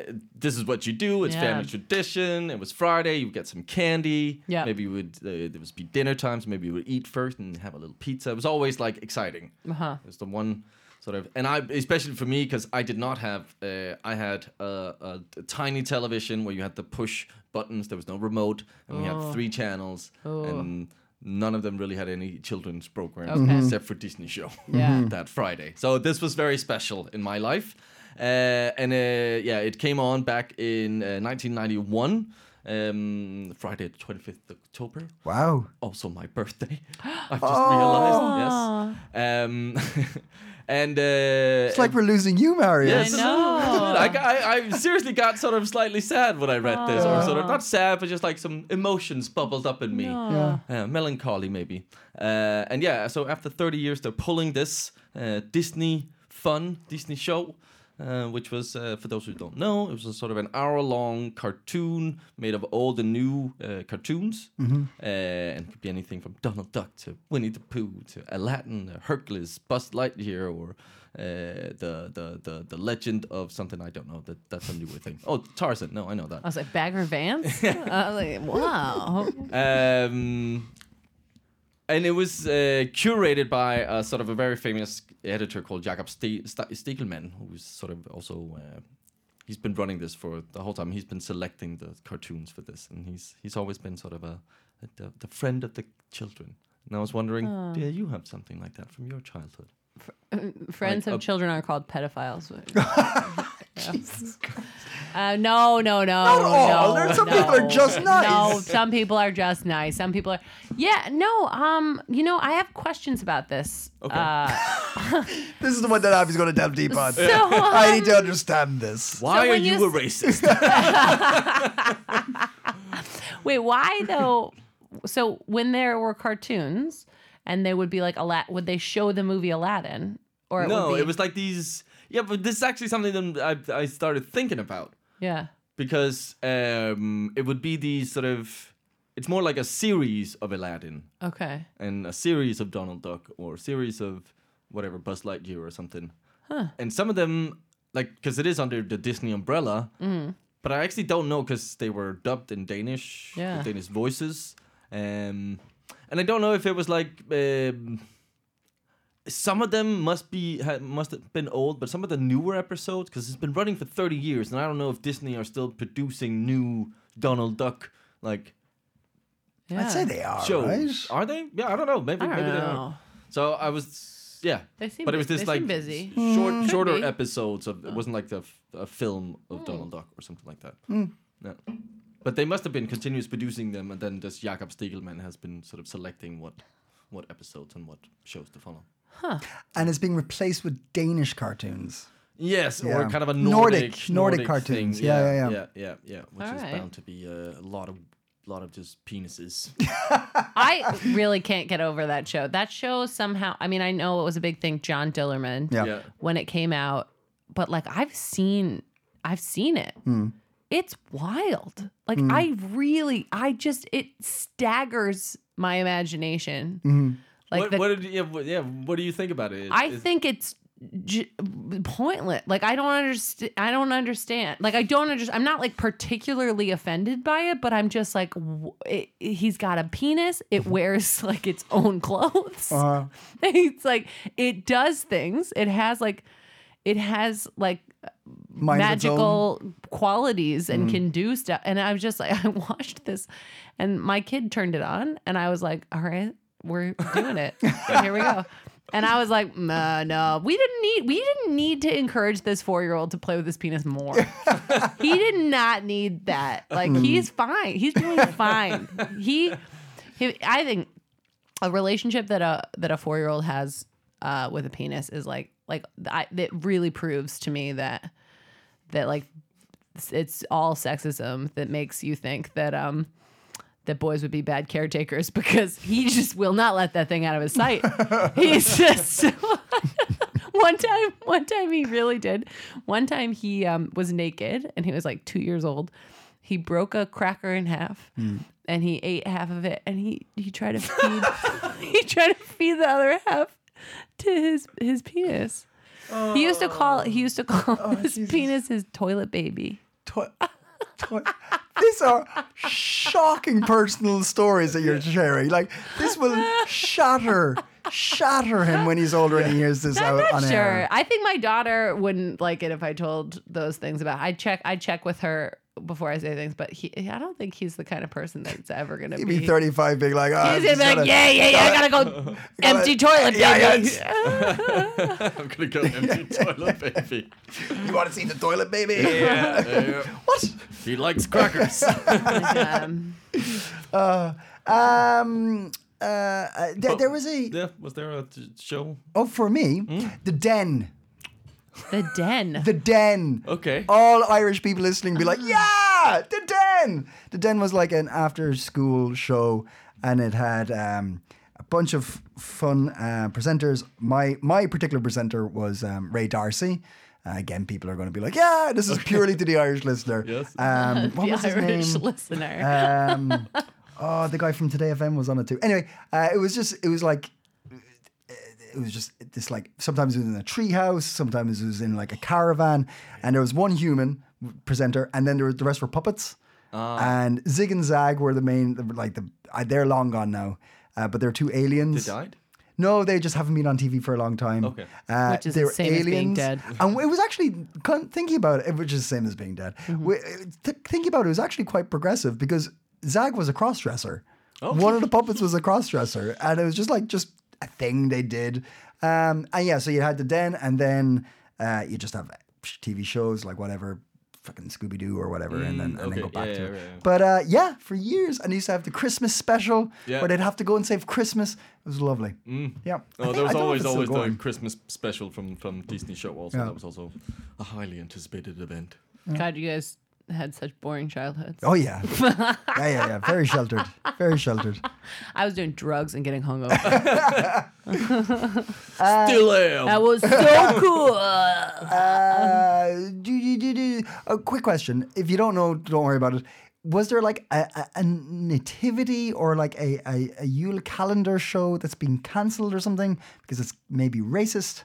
A: uh, This is what you do. It's
C: Yeah.
A: family tradition. It was Friday. You get some candy.
C: Yeah.
A: Maybe you would. Uh, there was be dinner times. maybe you would eat first and have a little pizza. It was always like exciting.
C: Uh-huh.
A: It was the one sort of, and I especially for me because I did not have. Uh, I had a, a, a tiny television where you had to push buttons. There was no remote, and we
C: Oh.
A: had three channels, and none of them really had any children's programs
C: Okay. Mhm.
A: except for Disney Show
C: Yeah.
A: that Friday. So this was very special in my life, uh, and uh, yeah, it came on back in uh, 1991. Um, Friday, the 25th of October
B: Wow.
A: also my birthday. I've just realized. Yes. Um, and uh,
B: Oh. It's like we're losing you, Marius.
A: yes.
C: I know.
A: I, got- I, I seriously got sort of slightly sad when I read this, or sort of not sad, but just like some emotions bubbled up in me.
B: Yeah.
A: Uh, melancholy, maybe. Uh, and yeah, so after 30 years, they're pulling this uh, Disney fun, Disney show, uh, which was, uh, for those who don't know, it was a sort of an hour long cartoon made of old and new uh, cartoons. Uh, and it could be anything from Donald Duck to Winnie the Pooh to Aladdin, uh, Hercules, Buzz Lightyear, or uh, the, the, the, the legend of something I don't know. That, that's a newer thing. Oh, Tarzan. No, I know that
C: I was like, Bagger Vance? I was like, wow.
A: um, and it was uh, curated by a sort of a very famous editor called Jakob Ste- Ste- Stegelman, who's sort of also uh, he's been running this for the whole time. He's been selecting the cartoons for this, and he's he's always been sort of a, a the, the friend of the children. And I was wondering, yeah, you have something like that from your childhood.
C: Friends
A: Like
C: of
A: a-
C: children are called pedophiles. Jesus Uh, no, no, no. Not
B: all.
C: No,
B: There- some
C: no,
B: people are just
C: No,
B: nice.
C: some people are just nice. Some people are. Yeah, no. Um, you know, I have questions about this.
A: Okay.
C: Uh,
B: This is the one that Abby's going to delve deep on.
C: So, um,
B: I need to understand this.
A: Why are
C: when
A: you,
C: you
A: a racist?
C: Wait, why though? So when there were cartoons and they would be like Aladdin, would they show the movie Aladdin? Or it
A: no,
C: would be,
A: it was like these. Yeah, but this is actually something that I, I started thinking about.
C: yeah.
A: because um, it would be the sort of it's more like a series of Aladdin
C: Okay.
A: and a series of Donald Duck or a series of whatever Buzz Lightyear or something. And some of them, like, because it is under the Disney umbrella, but I actually don't know because they were dubbed in Danish, with
C: Yeah.
A: Danish voices, um, and I don't know if it was like. Um, some of them must be ha, must have been old, but some of the newer episodes, because it's been running for thirty years, and I don't know if Disney are still producing new Donald Duck like
C: Yeah.
B: I'd say they are,
A: shows.
B: right?
A: Are they? Yeah, I don't know. Maybe
C: I don't
A: maybe they
C: know.
A: are. So I was yeah.
C: They seem
A: but it was
C: bu-
A: this
C: they
A: like
C: seem busy.
A: s- short shorter
C: be. Oh. Hmm.
A: episodes of it wasn't like the f- a film of Donald Duck or something like that. No. But they must have been continuous producing them and then this Jakob Stegelman has been sort of selecting what what episodes and what shows to follow.
B: And it's being replaced with Danish cartoons.
A: Yes, or
B: Yeah.
A: kind of a
B: Nordic-
A: Nordic
B: Nordic cartoons.
A: thing.
B: Yeah,
A: yeah,
B: yeah,
A: yeah, yeah, yeah, which
C: All
A: is
C: right.
A: bound to be uh, a lot of lot of just penises.
C: I really can't get over that show. That show somehow, I mean, I know it was a big thing, John Dillerman,
B: Yeah.
A: yeah.
C: when it came out, but like I've seen, I've seen it. It's wild. Like I really, I just, it staggers my imagination.
B: Mm-hmm.
C: Like
A: what,
C: the
A: what did yeah, what, yeah? What do you think about it?
C: I
A: Is-
C: think it's j- pointless. Like I don't understand. I don't understand. Like I don't understand. I'm not like particularly offended by it, but I'm just like, w- it, he's got a penis. It wears like its own clothes.
B: Uh,
C: it's like it does things. It has like, it has like
B: mind of its own.
C: magical qualities and can do stuff. And I was just like, I watched this, and my kid turned it on, and I was like, all right, we're doing it. Here we go. And I was like, nah, no, we didn't need we didn't need to encourage this four year old to play with his penis more. he did not need that. Like he's fine. He's doing fine. He, he I think a relationship that a that a four year old has uh, with a penis is like like I, that really proves to me that that like it's- it's all sexism that makes you think that um that boys would be bad caretakers because he just will not let that thing out of his sight. He's just one time one time he really did. One time he um, was naked and he was like 2 years old. He broke a cracker in half and he ate half of it and he he tried to feed he tried to feed the other half to his his penis. He used to call he used to call his
B: Jesus.
C: penis his toilet baby.
B: Toi- toi- These are shocking personal stories that you're sharing. Like this will shatter, shatter him when he's older and he hears this
C: I'm
B: out
C: not
B: on
C: sure.
B: air.
C: I think my daughter wouldn't like it if I told those things about. I check. I check with her before I say things, but he, I don't think he's the kind of person that's ever gonna
B: He'd
C: be.
B: be 35, being like, oh,
C: He's gonna be like, yeah, yeah, yeah. I gotta go empty toilet, baby.
B: Yeah, yeah,
A: I'm gonna go empty toilet baby.
B: you want to see the toilet, baby?
A: Yeah,
B: What?
A: he likes crackers.
C: Um,
B: Um, uh, uh, there, there was a
A: yeah, was there a t- show?
B: oh for me, the den,
C: the den.
B: the den.
A: Okay.
B: all Irish people listening be like,
C: Ah.
B: yeah, the Den. The Den was like an after-school show, and it had um, a bunch of fun uh, presenters. My my particular presenter was um, Ray Darcy. Uh, again, people are going to be like, yeah, this is purely to the Irish listener.
A: Yes.
B: Um, what
C: the
B: was his
C: Irish
B: name?
C: listener.
B: Um, oh, the guy from Today FM was on it too. Anyway, uh, it was just, it was like, it was just this like, sometimes it was in a treehouse, sometimes it was in like a caravan, and there was one human presenter, and then there were, the rest were puppets. And Zig and Zag were the main, like the, uh, they're long gone now, uh, but they're two aliens.
A: died.
B: No, they just haven't been on TV for a long time.
A: Okay.
B: Uh,
C: Which is
B: they
C: the
B: were
C: same as being dead.
B: And it was actually, con- thinking about it, which is the same as being dead.
C: Mm-hmm.
B: We- uh, th- thinking about it, it was actually quite progressive because Zag was a crossdresser.
A: Oh.
B: One of the puppets was a crossdresser. And it was just like, just a thing they did. Um, and yeah, so you had the den, and then uh, you just have TV shows like whatever, fucking Scooby Doo or whatever, and, then, and
A: Mm, okay.
B: then go back
A: Yeah,
B: to
A: yeah,
B: it.
A: right, right.
B: But uh, yeah, for years, and they used to have the Christmas special
A: Yeah.
B: where they'd have to go and save Christmas. It was lovely. Yeah. I
A: Oh,
B: think-
A: there
B: I
A: was
B: don't know if
A: always
B: it's still
A: always the
B: going. Mm.
A: Christmas special from from Disney show. Also,
B: Yeah.
A: that was also a highly anticipated event.
C: God, you guys had such boring childhoods.
B: Oh yeah, yeah, yeah, yeah. Very sheltered, very sheltered.
C: I was doing drugs and getting hungover.
A: Still am.
C: that was so cool.
B: Uh, do, do, do, do. A quick question: If you don't know, don't worry about it. Was there like a, a, a nativity or like a, a, a Yule calendar show that's been cancelled or something because it's maybe racist?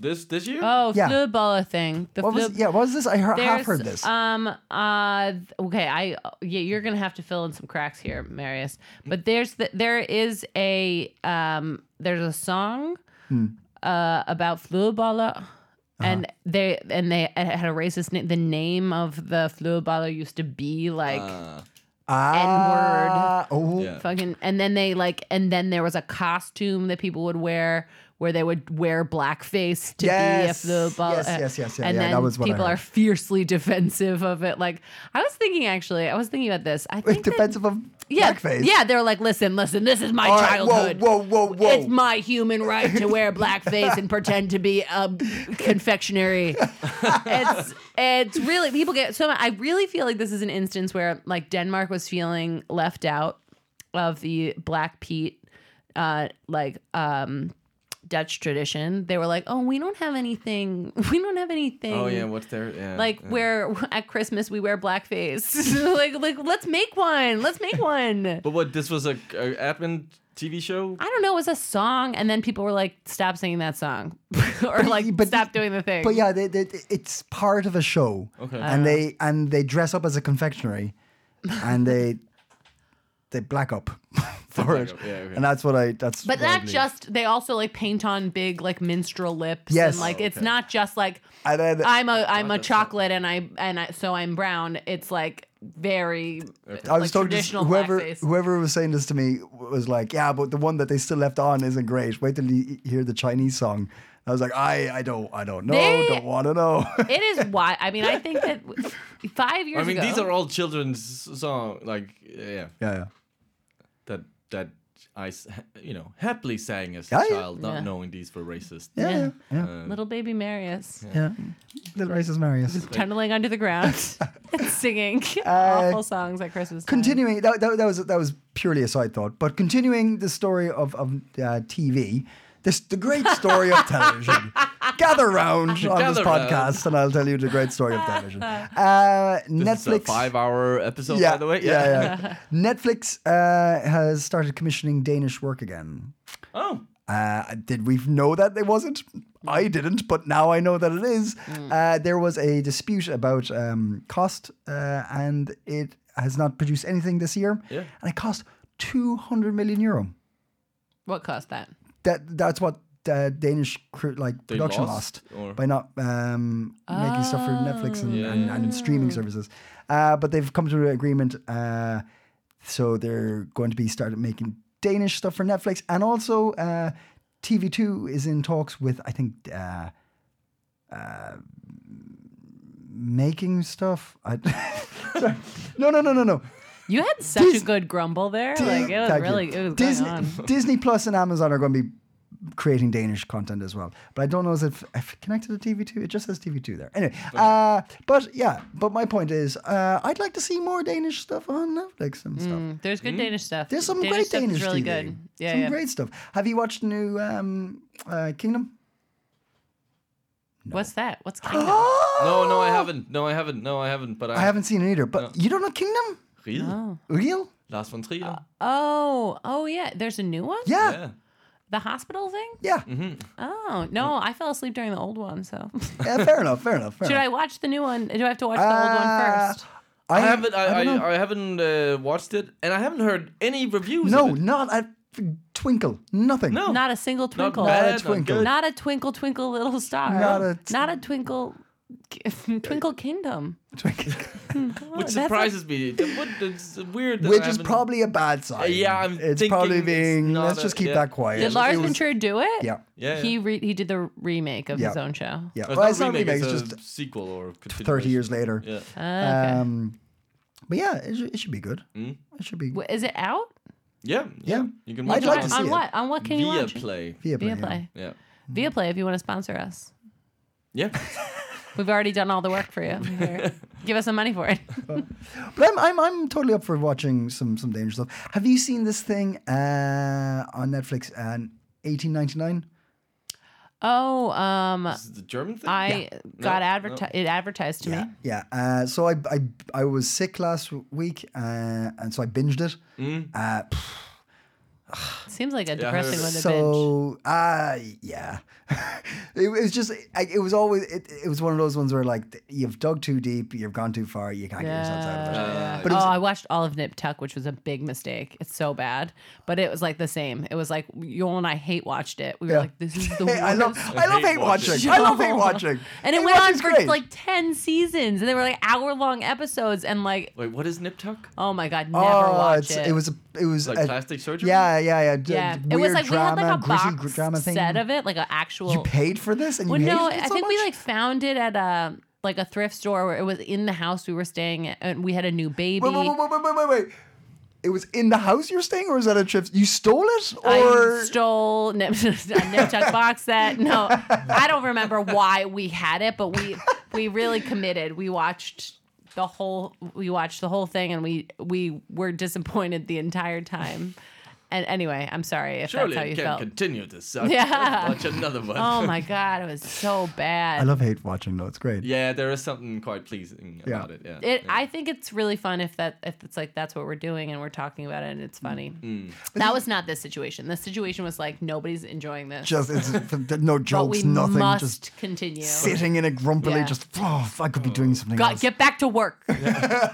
A: this this year?
C: Oh,
B: Yeah.
C: the boa thing. The
B: What was
C: flip-
B: yeah? What was this? I heard, half
C: There's,
B: heard this.
C: Um. Uh. th- Okay. I. Yeah. You're gonna have to fill in some cracks here, Marius. But there's the, there is a um. There's a song.
B: Hmm.
C: Uh. About fluballer.
B: Uh-huh.
C: And they and they it had a racist name. The name of the fluballer used to be like
A: Uh,
B: ah, oh. N word. Oh,
A: yeah.
C: fucking. And then they like and then there was a costume that people would wear where they would wear blackface to
B: Yes.
C: be if the ball. eh.
B: Yes, yes, yes, yeah,
C: and
B: yeah,
C: then
B: that was what I
C: people
B: heard.
C: are fiercely defensive of it. Like I was thinking, actually, I was thinking about this. I think that-
B: defensive of
C: yeah,
B: blackface.
C: yeah, they're like, listen, listen, this is my
B: All right, whoa,
C: childhood.
B: whoa, whoa, whoa.
C: It's my human right to wear blackface and pretend to be a confectionery. it's it's really people get so. I really feel like this is an instance where like Denmark was feeling left out of the Black Pete, uh, like um. Dutch tradition, they were like, "Oh, we don't have anything. We don't have anything
A: Oh yeah, what's there? Yeah,
C: like
A: yeah.
C: where at Christmas we wear blackface. like like let's make one. Let's make one.
A: But what? This was a, a admin TV show.
C: I don't know, it was a song and then people were like stop singing that song or like
B: but-
C: stop doing the thing.
B: But yeah, they, they, it's part of a show.
A: Okay. Ah.
B: And they and they dress up as a confectionery, and they they black up for
A: black
B: it.
A: up, yeah, okay.
B: And that's what I. That's.
C: But
B: what I
C: not
B: believe.
C: just they also like paint on big like minstrel lips
B: Yes.
C: and like
A: Oh,
C: it's
A: okay.
C: not just like
B: And then-
C: I'm a I'm a
A: that's not-
C: chocolate and I and I so I'm brown. It's like very
B: I was
C: like,
B: talking to s-
C: traditional
B: whoever
C: blackface.
B: whoever was saying this to me was like, "Yeah, but the one that they still left on isn't great. Wait till you hear the Chinese song." I was like, "I I don't I don't know.
C: They-
B: don't want to know."
C: it is why I mean I think that five years
A: I mean,
C: ago
A: these are all children's song. Like yeah,
B: yeah, yeah.
A: that that I s- you know happily sang as
B: Yeah,
A: a
B: yeah.
A: child, not
C: Yeah.
A: knowing these were racist.
B: Yeah, yeah, yeah.
A: Uh,
C: little baby Marius.
B: yeah. Little racist Marius.
C: tunneling under the ground and singing
B: Uh,
C: awful songs at Christmas. time.
B: Continuing that, that, that was that was purely a side thought, but continuing the story of of uh, TV, this the great story of television. Gather round on
A: Gather
B: this
A: round.
B: podcast, and I'll tell you the great story of television. Uh,
A: this is a
B: Netflix
A: five-hour episode, by the way.
B: yeah, yeah. Netflix uh, has started commissioning Danish work again.
A: Oh,
B: Uh, did we know that it wasn't? I didn't, but now I know that it is. Uh, there was a dispute about um, cost, uh, and it has not produced anything this year.
A: Yeah.
B: And it cost 200 million euro.
C: What caused that?
B: That that's what uh, Danish cr- like
A: They
B: production
A: lost,
B: lost,
A: or- Ah.
B: by not um, making stuff for Netflix and,
A: Yeah,
B: and,
A: yeah.
B: and streaming services. Uh, but they've come to an agreement, uh, so they're going to be started making Danish stuff for Netflix, and also uh, TV2 is in talks with I think. Uh, uh, making stuff. I, Sorry. no, no, no, no, no.
C: You had such
B: Dis-
C: a good grumble there. Like it was
B: Thank you.
C: really it was
B: Disney,
C: going on.
B: Disney Plus and Amazon are going to be creating Danish content as well. But I don't know if it- if it connected to TV2. It just says TV2 there. Anyway, uh, but yeah, but my point is, uh, I'd like to see more Danish stuff on Netflix and stuff. Hmm?
C: Mm, There's good Danish stuff.
B: There's some
C: Danish
B: great
C: stuff is
B: Danish
C: really
B: TV.
C: good. Yeah,
B: some
C: yeah.
B: great stuff. Have you watched the new um, uh, Kingdom?
C: What's that? What's Kingdom?
B: Oh!
A: no, no, I haven't. No, I haven't. No, I haven't. But I,
B: I haven't seen it either. But you don't know Kingdom?
A: Really?
C: oh.
B: Real?
A: Lars von Trier.
C: oh, oh yeah. There's a new one.
B: Yeah. Yeah.
A: yeah. Mm-hmm.
C: The hospital thing.
B: Mm.
C: Oh no, I fell asleep during the old one. So
B: Yeah, fair enough. Fair enough. Fair
C: should I
B: enough.
C: watch the new one? Do I have to watch the old
B: Uh,
C: one first?
A: I
B: I,
A: haven't. I, I,
B: don't know.
A: I, haven't uh, watched it, and I haven't heard any reviews.
B: no,
A: of it.
B: not a twinkle. Nothing.
A: no,
C: Not a single
A: not
C: twinkle.
A: bad,
B: a
A: not
B: twinkle.
A: good.
C: Not a twinkle twinkle little star.
B: Not a t-
C: Not a twinkle twinkle kingdom.
B: Twinkle.
C: Oh,
A: which
C: that's like-
A: surprises me. That would- It's weird. that I
B: Which is
A: haven't-
B: probably a bad sign.
A: Uh, yeah, I'm
B: it's
A: thinking
B: probably
A: it's
B: being.
A: not
B: let's
A: a-
B: just keep
A: yeah.
B: that quiet.
C: Did Lars
B: It was-
C: Ventura do it?
B: Yeah,
A: Yeah,
C: He
A: yeah.
C: re- he did the remake of
B: Yeah.
C: his own show.
B: yeah.
A: It's
B: Well,
A: not
B: it's not
A: remake,
B: remake. It's
A: it's
B: just
A: a sequel or
B: thirty
A: continuation.
B: years later.
A: Yeah.
C: Uh, okay.
B: Um, but yeah, it, should- it should be good.
A: Hmm?
B: It should be
C: Wh- Is it out?
A: yeah, yeah,
B: Yeah.
A: You can watch
B: I'd
A: it
B: like to
A: on
B: see
C: on
B: it.
C: what? On what can you
A: via
C: watch?
A: play.
B: via play.
C: Via
B: yeah.
C: play.
A: Yeah,
C: Via play. If you want to sponsor us,
A: yeah.
C: we've already done all the work for you. Here. Give us some money for it.
B: But I'm, I'm I'm totally up for watching some some Danish stuff. Have you seen this thing uh, on Netflix? And 1899.
C: oh, um,
A: Is it the German thing?
C: I got
A: No,
C: advertised. It advertised to me.
B: Yeah. Uh, so I, I I was sick last week, uh, and so I binged it. Uh,
A: Hmm?
C: Seems like a
A: I heard
C: depressing
A: it.
C: one to binge.
B: so uh, yeah, it was just I, it was always it, it was one of those ones where like you've dug too deep, you've gone too far, you can't get yourself out of it.
A: Uh,
B: But it
C: oh,
B: was-
C: I watched all of Nip Tuck, which was a big mistake. It's so bad, but it was like the same. It was like Joel and I hate watched it. We were
B: Yeah.
C: like, "This is the
B: Hey,
C: worst."
B: I love I love
A: hate
B: hate watching.
A: watching.
B: I love hate
C: show."
B: watching.
C: Oh, and it
B: Hate
C: went on
B: watching's
C: for
B: great.
C: like ten seasons, and they were like hour long episodes, and like,
A: Wait, what is nip tuck?
C: oh my god, never
B: oh,
C: watch
B: it's-
C: it.
B: it was a, it was
A: Like
B: a-
A: plastic surgery?
B: Uh, Yeah, yeah, yeah. d-
C: yeah,
B: d-
C: it was
B: weird
C: like
B: drama,
C: we had like a
B: gritty
C: box
B: gr- drama thing.
C: set of it, like an actual.
B: You paid for this, and
C: well,
B: you
C: no,
B: hated it
C: I
B: so
C: think we
B: much?
C: like found it at a like a thrift store where it was in the house we were staying, at, and we had a new baby.
B: Wait, wait, wait, wait, wait, wait, wait. It was in the house you're staying, or is that a trip? You stole it, or
C: I stole Nip, a Niptuck box set. No, I don't remember why we had it, but we we really committed. We watched the whole we watched the whole thing, and we we were disappointed the entire time. And anyway, I'm sorry if
A: Surely
C: that's how
A: it
C: you
A: can
C: felt.
A: continue to suck.
C: Yeah.
A: Let's watch another one.
C: oh my god, it was so bad.
B: I love hate watching though. It's great.
A: Yeah, there is something quite pleasing
B: Yeah.
A: about it. Yeah.
C: it, I think it's really fun if that if it's like that's what we're doing and we're talking about it and it's funny.
A: Mm.
B: Hmm.
C: That was not this situation. The situation was like nobody's enjoying this,
B: Just it's, f- no
C: but we
B: jokes, nothing.
C: must
B: Just
C: continue.
B: sitting in it grumpily.
C: Yeah.
B: Just oh, I could be doing something
C: Got,
B: else.
C: get back to work.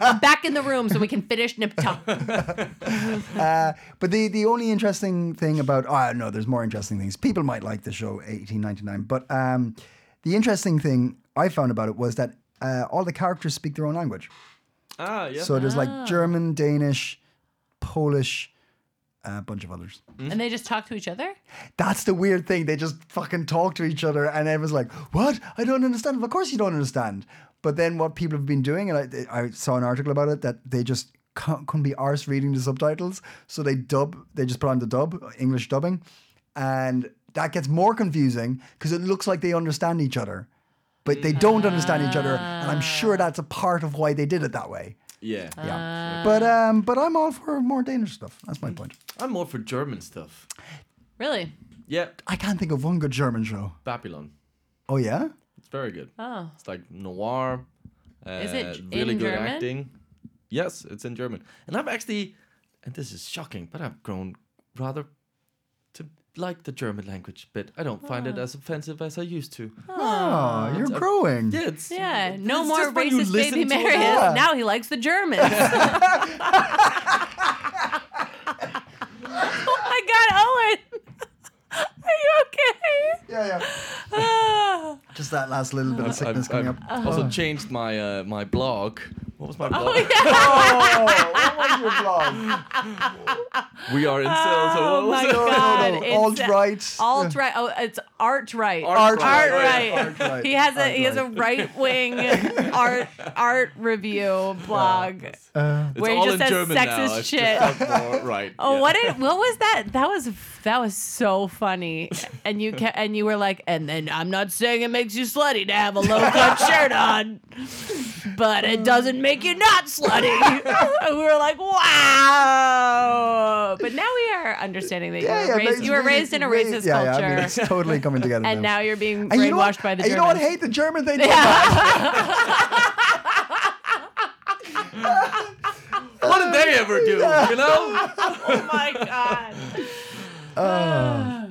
C: I'm back in the room so we can finish Nip Tuck.
B: Mm-hmm. Uh, but the the only interesting thing about oh no, there's more interesting things. People might like the show 1899, but um, the interesting thing I found about it was that uh, all the characters speak their own language.
A: ah, yeah.
B: So there's
C: Oh.
B: like German, Danish, Polish, a bunch of others.
C: and they just talk to each other?
B: That's the weird thing. They just fucking talk to each other, and everyone's like, "What? I don't understand." Of course, you don't understand. But then what people have been doing, and I, I saw an article about it that they just can't, couldn't be arse reading the subtitles, so they dub. They just put on the dub, English dubbing, and that gets more confusing because it looks like they understand each other, but they don't understand each other. And I'm sure that's a part of why they did it that way.
A: yeah.
C: Uh.
B: Yeah. but um, but I'm all for more Danish stuff. That's my point.
A: I'm more for German stuff.
C: Really?
A: Yeah.
B: I can't think of one good German show.
A: Babylon.
B: Oh yeah,
A: It's very good.
C: Oh.
A: It's like noir. Uh,
C: Is it j-
A: really
C: in
A: good
C: German?
A: acting? Yes, it's in German. And I've actually, and this is shocking, but I've grown rather to like the German language a bit. I don't find
C: Oh.
A: it as offensive as I used to.
B: oh, you're growing.
A: Yeah, it's
C: Yeah. No
A: it's
C: more
A: just when you
C: racist
A: listen
C: baby
A: to it.
C: Marius.
B: Yeah.
C: Now he likes the Germans. oh my God, Owen. Are you okay?
B: yeah, yeah.
C: Ah.
B: Just that last little bit of
A: I've,
B: sickness coming
A: I've
B: up. Oh.
A: also changed my uh, my blog. What was my blog?
C: oh, yeah.
B: Oh, what was your blog?
A: We are in sales.
C: Oh, my
B: No, no,
C: God,
B: no.
C: it's-
B: oh, Alt right.
C: Alt right. Oh, it's art right.
A: Art right.
C: Art right.
B: Art right.
C: He has a
B: Art
C: he has a right wing art art review blog.
B: Uh,
A: It's
C: Where he
A: all
C: just
A: in
C: says
A: German now.
C: sexist
A: It's
C: shit.
A: just not more right.
C: Oh,
A: yeah.
C: what did what was that? That was that was so funny. And you ca- and you were like, and then I'm not saying it makes you slutty to have a low cut shirt on, but it doesn't make you not slutty. And we were like, wow. But now we are understanding that you were
B: no,
C: raised
B: it's
C: you were
B: really-
C: raised in a
B: really-
C: racist
B: yeah,
C: culture,
B: Yeah, I mean, it's totally coming together.
C: and now you're being
B: And
C: brainwashed
B: you know what?
C: by the
B: and you know what? Hate the Germans.
C: Germans.
B: They did that.
A: What did they ever do? You know?
C: oh my god.
B: Uh,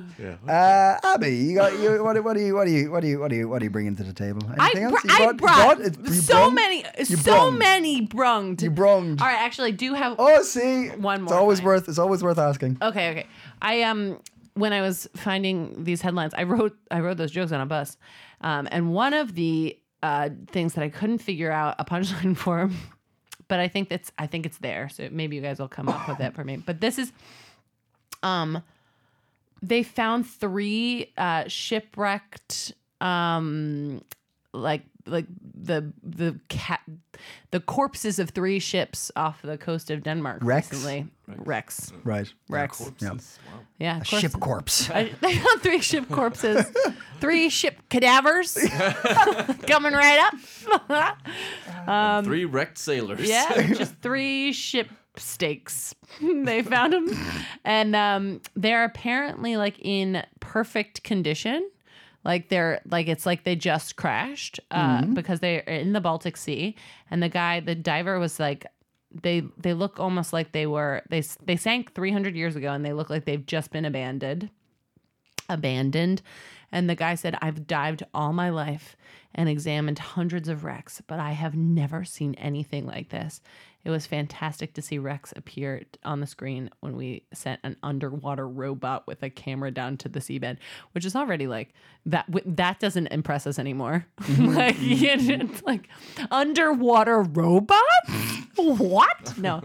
B: Abby, you got you, what, what do you what do you what do you what do you what do you bringing to the table?
C: I,
B: Anything
C: br-
B: else? You
C: I
B: brought- you
C: brought,
B: brought- you
C: so
B: brung?
C: many,
B: You
C: so
B: brung.
C: many brunged.
B: You brunged.
C: All right, actually, I do have.
B: Oh, see,
C: One
B: It's
C: more
B: always
C: time.
B: worth. It's always worth asking.
C: Okay, okay. I um, when I was finding these headlines, I wrote I wrote those jokes on a bus, um, and one of the uh, things that I couldn't figure out a punchline for, but I think that's I think it's there. So maybe you guys will come up with it for me. But this is, um, they found three uh, shipwrecked um like like the the cat the corpses of three ships off the coast of Denmark
B: Wrecks?
C: recently. Rex.
B: Right.
C: Rex.
A: Corpses. Wow.
C: Yeah,
B: A
C: corpse-
B: ship corpse.
C: I- they found three ship corpses, three ship cadavers coming right up.
A: Three wrecked sailors.
C: Um, yeah, just three ship stakes. they found them, and um, they're apparently like in perfect condition. Like they're like it's like they just crashed uh, because they're in the Baltic Sea, and the guy, the diver, was like. They they look almost like they were they s- they sank 300 years ago and they look like they've just been abandoned abandoned And the guy said, I've dived all my life and examined hundreds of wrecks, but I have never seen anything like this. It was fantastic to see Rex appear on the screen when we sent an underwater robot with a camera down to the seabed, which is already like that. w- That doesn't impress us anymore. like, it's like underwater robot. what? No.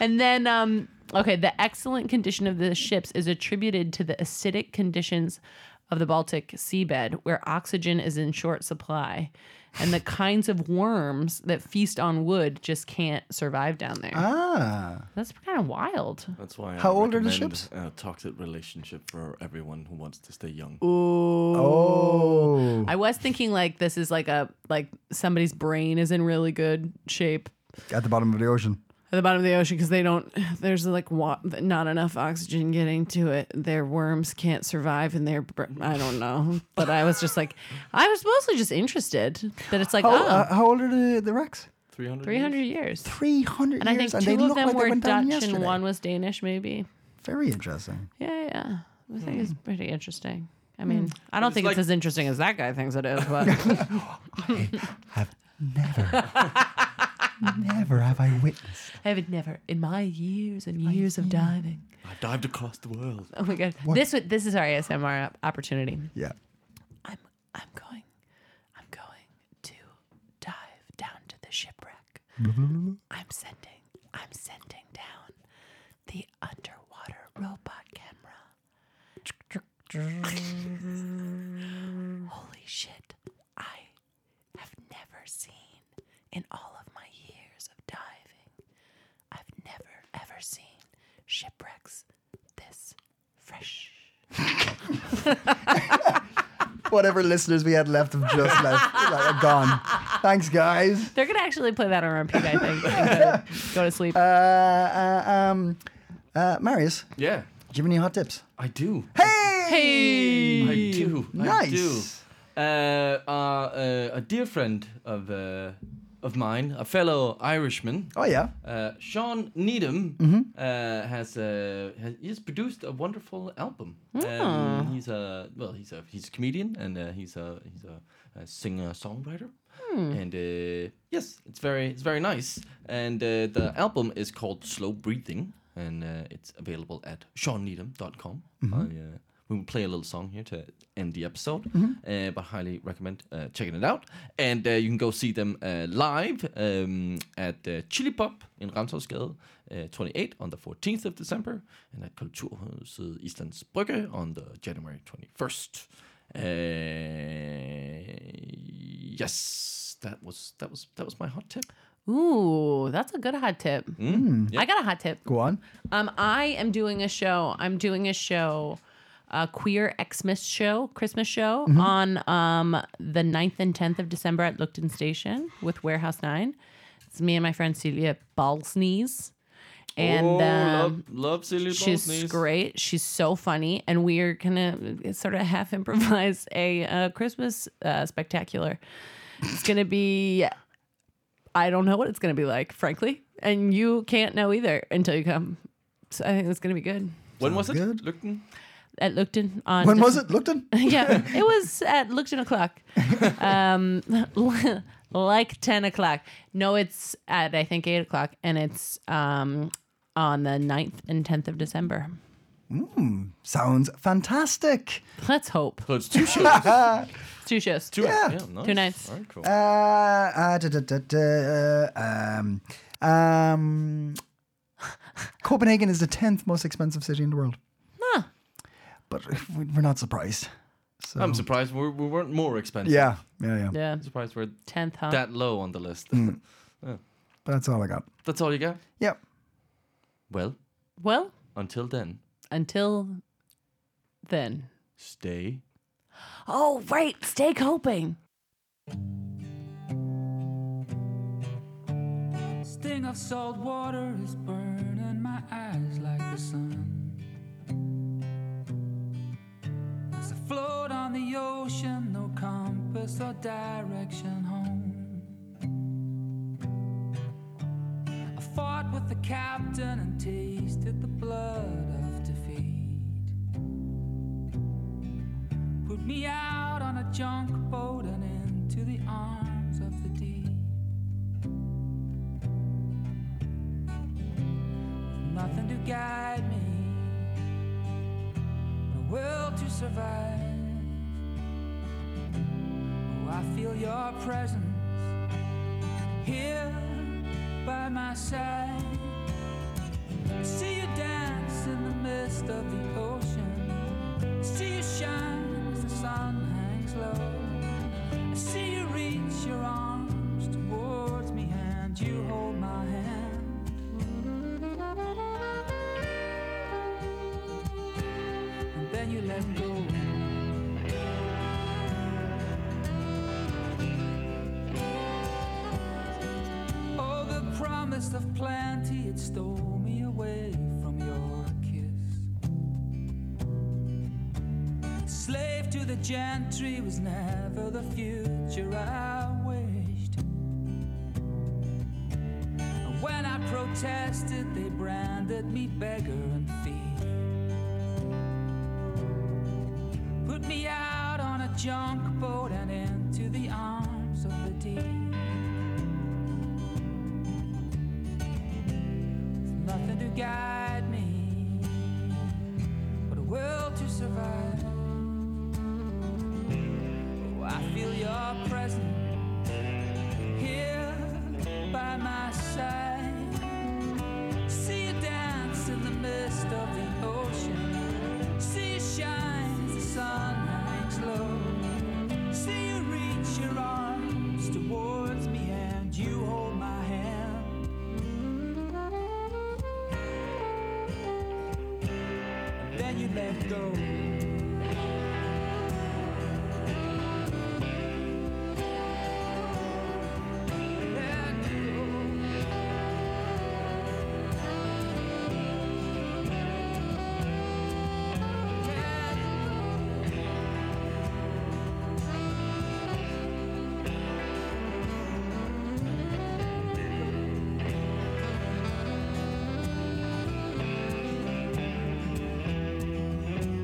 C: And then, um, okay, the excellent condition of the ships is attributed to the acidic conditions of the Baltic seabed, where oxygen is in short supply, and the kinds of worms that feast on wood just can't survive down there.
B: Ah.
C: That's kind of wild.
A: That's why.
B: How
A: I
B: old are the
A: recommend,
B: ships?
A: Uh, toxic relationship for everyone who wants to stay young.
B: Oh.
C: I was thinking like this is like a like somebody's brain is in really good shape
B: At the bottom of the ocean.
C: at the bottom of the ocean because they don't there's like wa- not enough oxygen getting to it their worms can't survive and their br- i don't know but i was just like i was mostly just interested that it's like
B: How,
C: oh,
B: uh, how old are the, the wrecks?
A: 300?
C: 300 years
B: 300
C: and i think
B: years. and
C: two
B: they
C: of
B: look
C: them
B: like they
C: were
B: went
C: dutch
B: down yesterday.
C: and one was danish maybe
B: Very interesting.
C: yeah yeah i think
B: Hmm.
C: it's pretty interesting i mean i don't think
A: like-
C: it's as interesting as that guy thinks it is but
B: Have never, never have I witnessed.
C: i have never in my years and years of diving
A: I dived across the world.
C: oh my god this this this is our asmr op- opportunity
B: Yeah.
C: I'm I'm going I'm going to dive down to the shipwreck. I'm sending I'm sending down the underwater robot camera. Holy shit. I have never seen in all of my years of diving. I've never ever seen shipwrecks this fresh.
B: Whatever listeners we had left of just left like, are gone. Thanks, guys.
C: They're gonna actually play that on repeat, I think. and go, go to sleep.
B: Uh, uh, um, uh, Marius, do
A: Yeah,
B: you have any hot tips?
A: I do.
C: hey,
A: I do. I do.
B: Nice.
A: Uh, uh, uh, a dear friend of uh, of mine, a fellow Irishman,
B: Oh yeah.
A: uh, Sean Needham, uh, has, uh, has he's produced a wonderful album. Um, he's a well, he's a he's a comedian and uh, he's a he's a, a singer songwriter. And uh, yes, it's very it's very nice. And uh, the album is called Slow Breathing, and uh, it's available at SeanNeedham.com. I, uh, we will play a little song here to end the episode,
B: Mm-hmm.
A: uh, but highly recommend uh, checking it out. And uh, you can go see them uh, live um, at uh, Chili Pop in Ramshavsgade uh, 28 on the 14th of December, and at Kulturhuset Islands Brygge on the January 21st. Uh, yes, that was that was that was my hot tip.
C: Ooh, that's a good hot tip. I got a hot tip.
B: Go on.
C: Um, I am doing a show. I'm doing a show, a queer Xmas show, Christmas show on um the 9th and 10th of December at Lookton Station with Warehouse 9. It's me and my friend Celia Ballsneeze. And
A: oh,
C: um,
A: love, love Celia
C: She's
A: Bosnies.
C: great. She's so funny, and we are gonna uh, sort of half improvise a uh, Christmas uh, spectacular. It's gonna be, I don't know what it's gonna be like, frankly, and you can't know either until you come. So I think it's gonna be good.
A: When was it?
B: good.
A: Looking.
C: At Lookton on
B: When was it? Looked in?
C: yeah, it was at Lookton o'clock, um, like ten o'clock. No, it's at I think eight o'clock, and it's um, on the 9th and tenth of December.
B: Sounds fantastic.
C: Let's hope.
A: So it's two shows.
C: Two shows.
A: Two,
B: Yeah.
A: nice.
C: Two nights.
A: All right, cool.
B: Uh, uh, da, da, da, da, uh, um, um, Copenhagen is the tenth most expensive city in the world.
C: Huh.
B: but we- we're not surprised. So
A: I'm surprised we're, we weren't more expensive.
B: yeah, yeah, yeah,
C: Yeah.
A: I'm surprised we're
C: Tenth, huh?
A: that low on the list.
B: But that's all I got.
A: That's all you got?
B: Yep.
A: Well,
C: well,
A: until then,
C: until then.
A: stay
C: Oh, right. Stay coping.
D: Sting of salt water is burning my eyes like the sun. As I float on the ocean, no compass or direction home. I fought with the captain and tasted the blood of defeat. Put me out. junk boat and into the arms of the deep. Nothing to guide me, no will to survive. Oh, I feel your presence here by my side. I see you dance in the mist of the ocean. I see you shine as the sun hangs low. I see you reach your arms towards me and you hold my hand. And then you let go. Oh, the promise of plenty, it stole me away from your kiss. Slave to the gentry was never the future I wished. And When I protested, they branded me beggar and thief. Put me out on a junk boat and into the arms of the deep. With nothing to guide me, but a will to survive. Oh, I feel your presence here by my side. See you dance in the mist of the ocean. See you shine as the sun hangs low. See you reach your arms towards me and you hold my hand. Then you let go.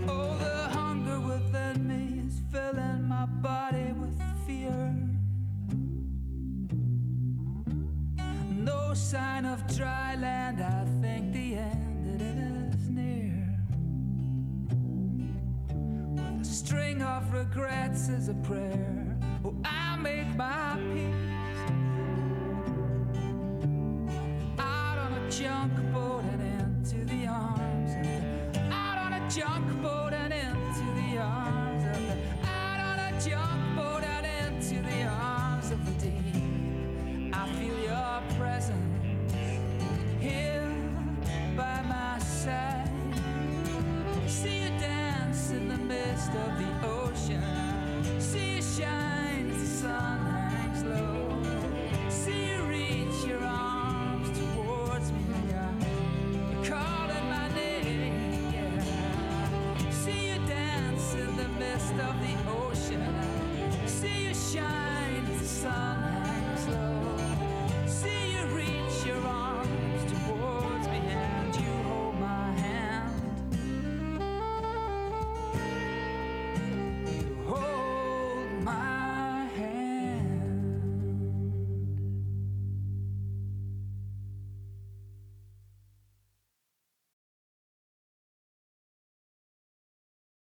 D: Oh, the hunger within me is filling my body with fear. No sign of dry land, I think the end it is near. With a string of regrets is a prayer. Oh, I